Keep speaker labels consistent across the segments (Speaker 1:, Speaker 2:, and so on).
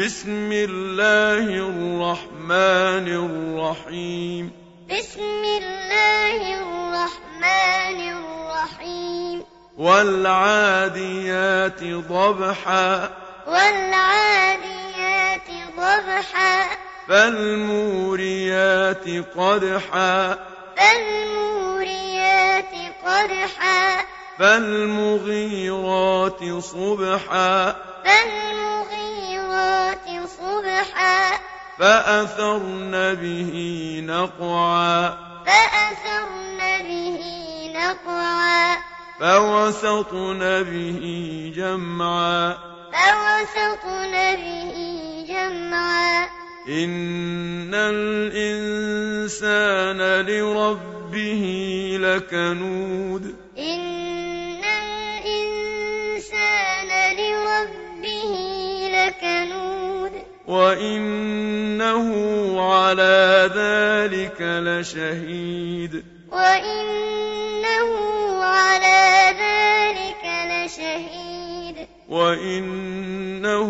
Speaker 1: بِسْمِ اللَّهِ الرَّحْمَٰنِ الرَّحِيمِ
Speaker 2: بسم الله الرحمن الرحيم
Speaker 1: وَالْعَادِيَاتِ ضَبْحًا
Speaker 2: والعاديات ضبحا
Speaker 1: فَالْمُورِيَاتِ قَدْحًا
Speaker 2: فالموريات قدحا
Speaker 1: فَالْمُغِيرَاتِ صُبْحًا
Speaker 2: فالمغيرات صبحا
Speaker 1: فَأَثَرْنَ بِهِ نَقْعًا
Speaker 2: فأثرن به نقعا
Speaker 1: فَوَسَطْنَ به جَمْعًا
Speaker 2: فوسطن به جمعا
Speaker 1: إِنَّ الْإِنسَانَ لِرَبِّهِ لَكَنُودٌ
Speaker 2: إن الإنسان لربه لكنود
Speaker 1: وَإِنَّهُ عَلَى ذَلك لَشَهِيدٌ
Speaker 2: وإنه على ذلك لشهيد
Speaker 1: وَإِنَّهُ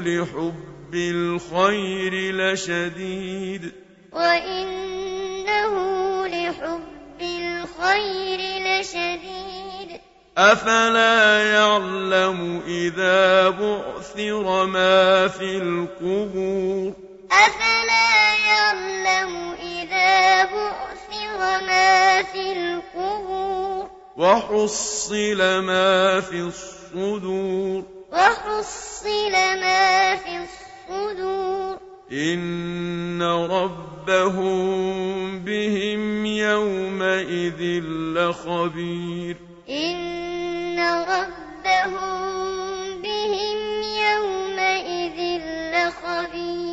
Speaker 1: لِحُبِّ الْخَيْرِ لَشَدِيدٌ
Speaker 2: وإنه لحب الخير لشديد
Speaker 1: أَفَلَا يَعْلَمُ إِذَا بُعْثِرَ مَا فِي الْقُبُورِ
Speaker 2: أفلا يعلم إذا بعثر ما في القبور
Speaker 1: وَحُصِّلَ مَا فِي الصُّدُورِ
Speaker 2: وحصل ما في الصدور
Speaker 1: إِنَّ رَبَّهُم بِهِمْ يَوْمَئِذٍ لَّخَبِيرٌ
Speaker 2: إن ربهم بهم يومئذ لخبير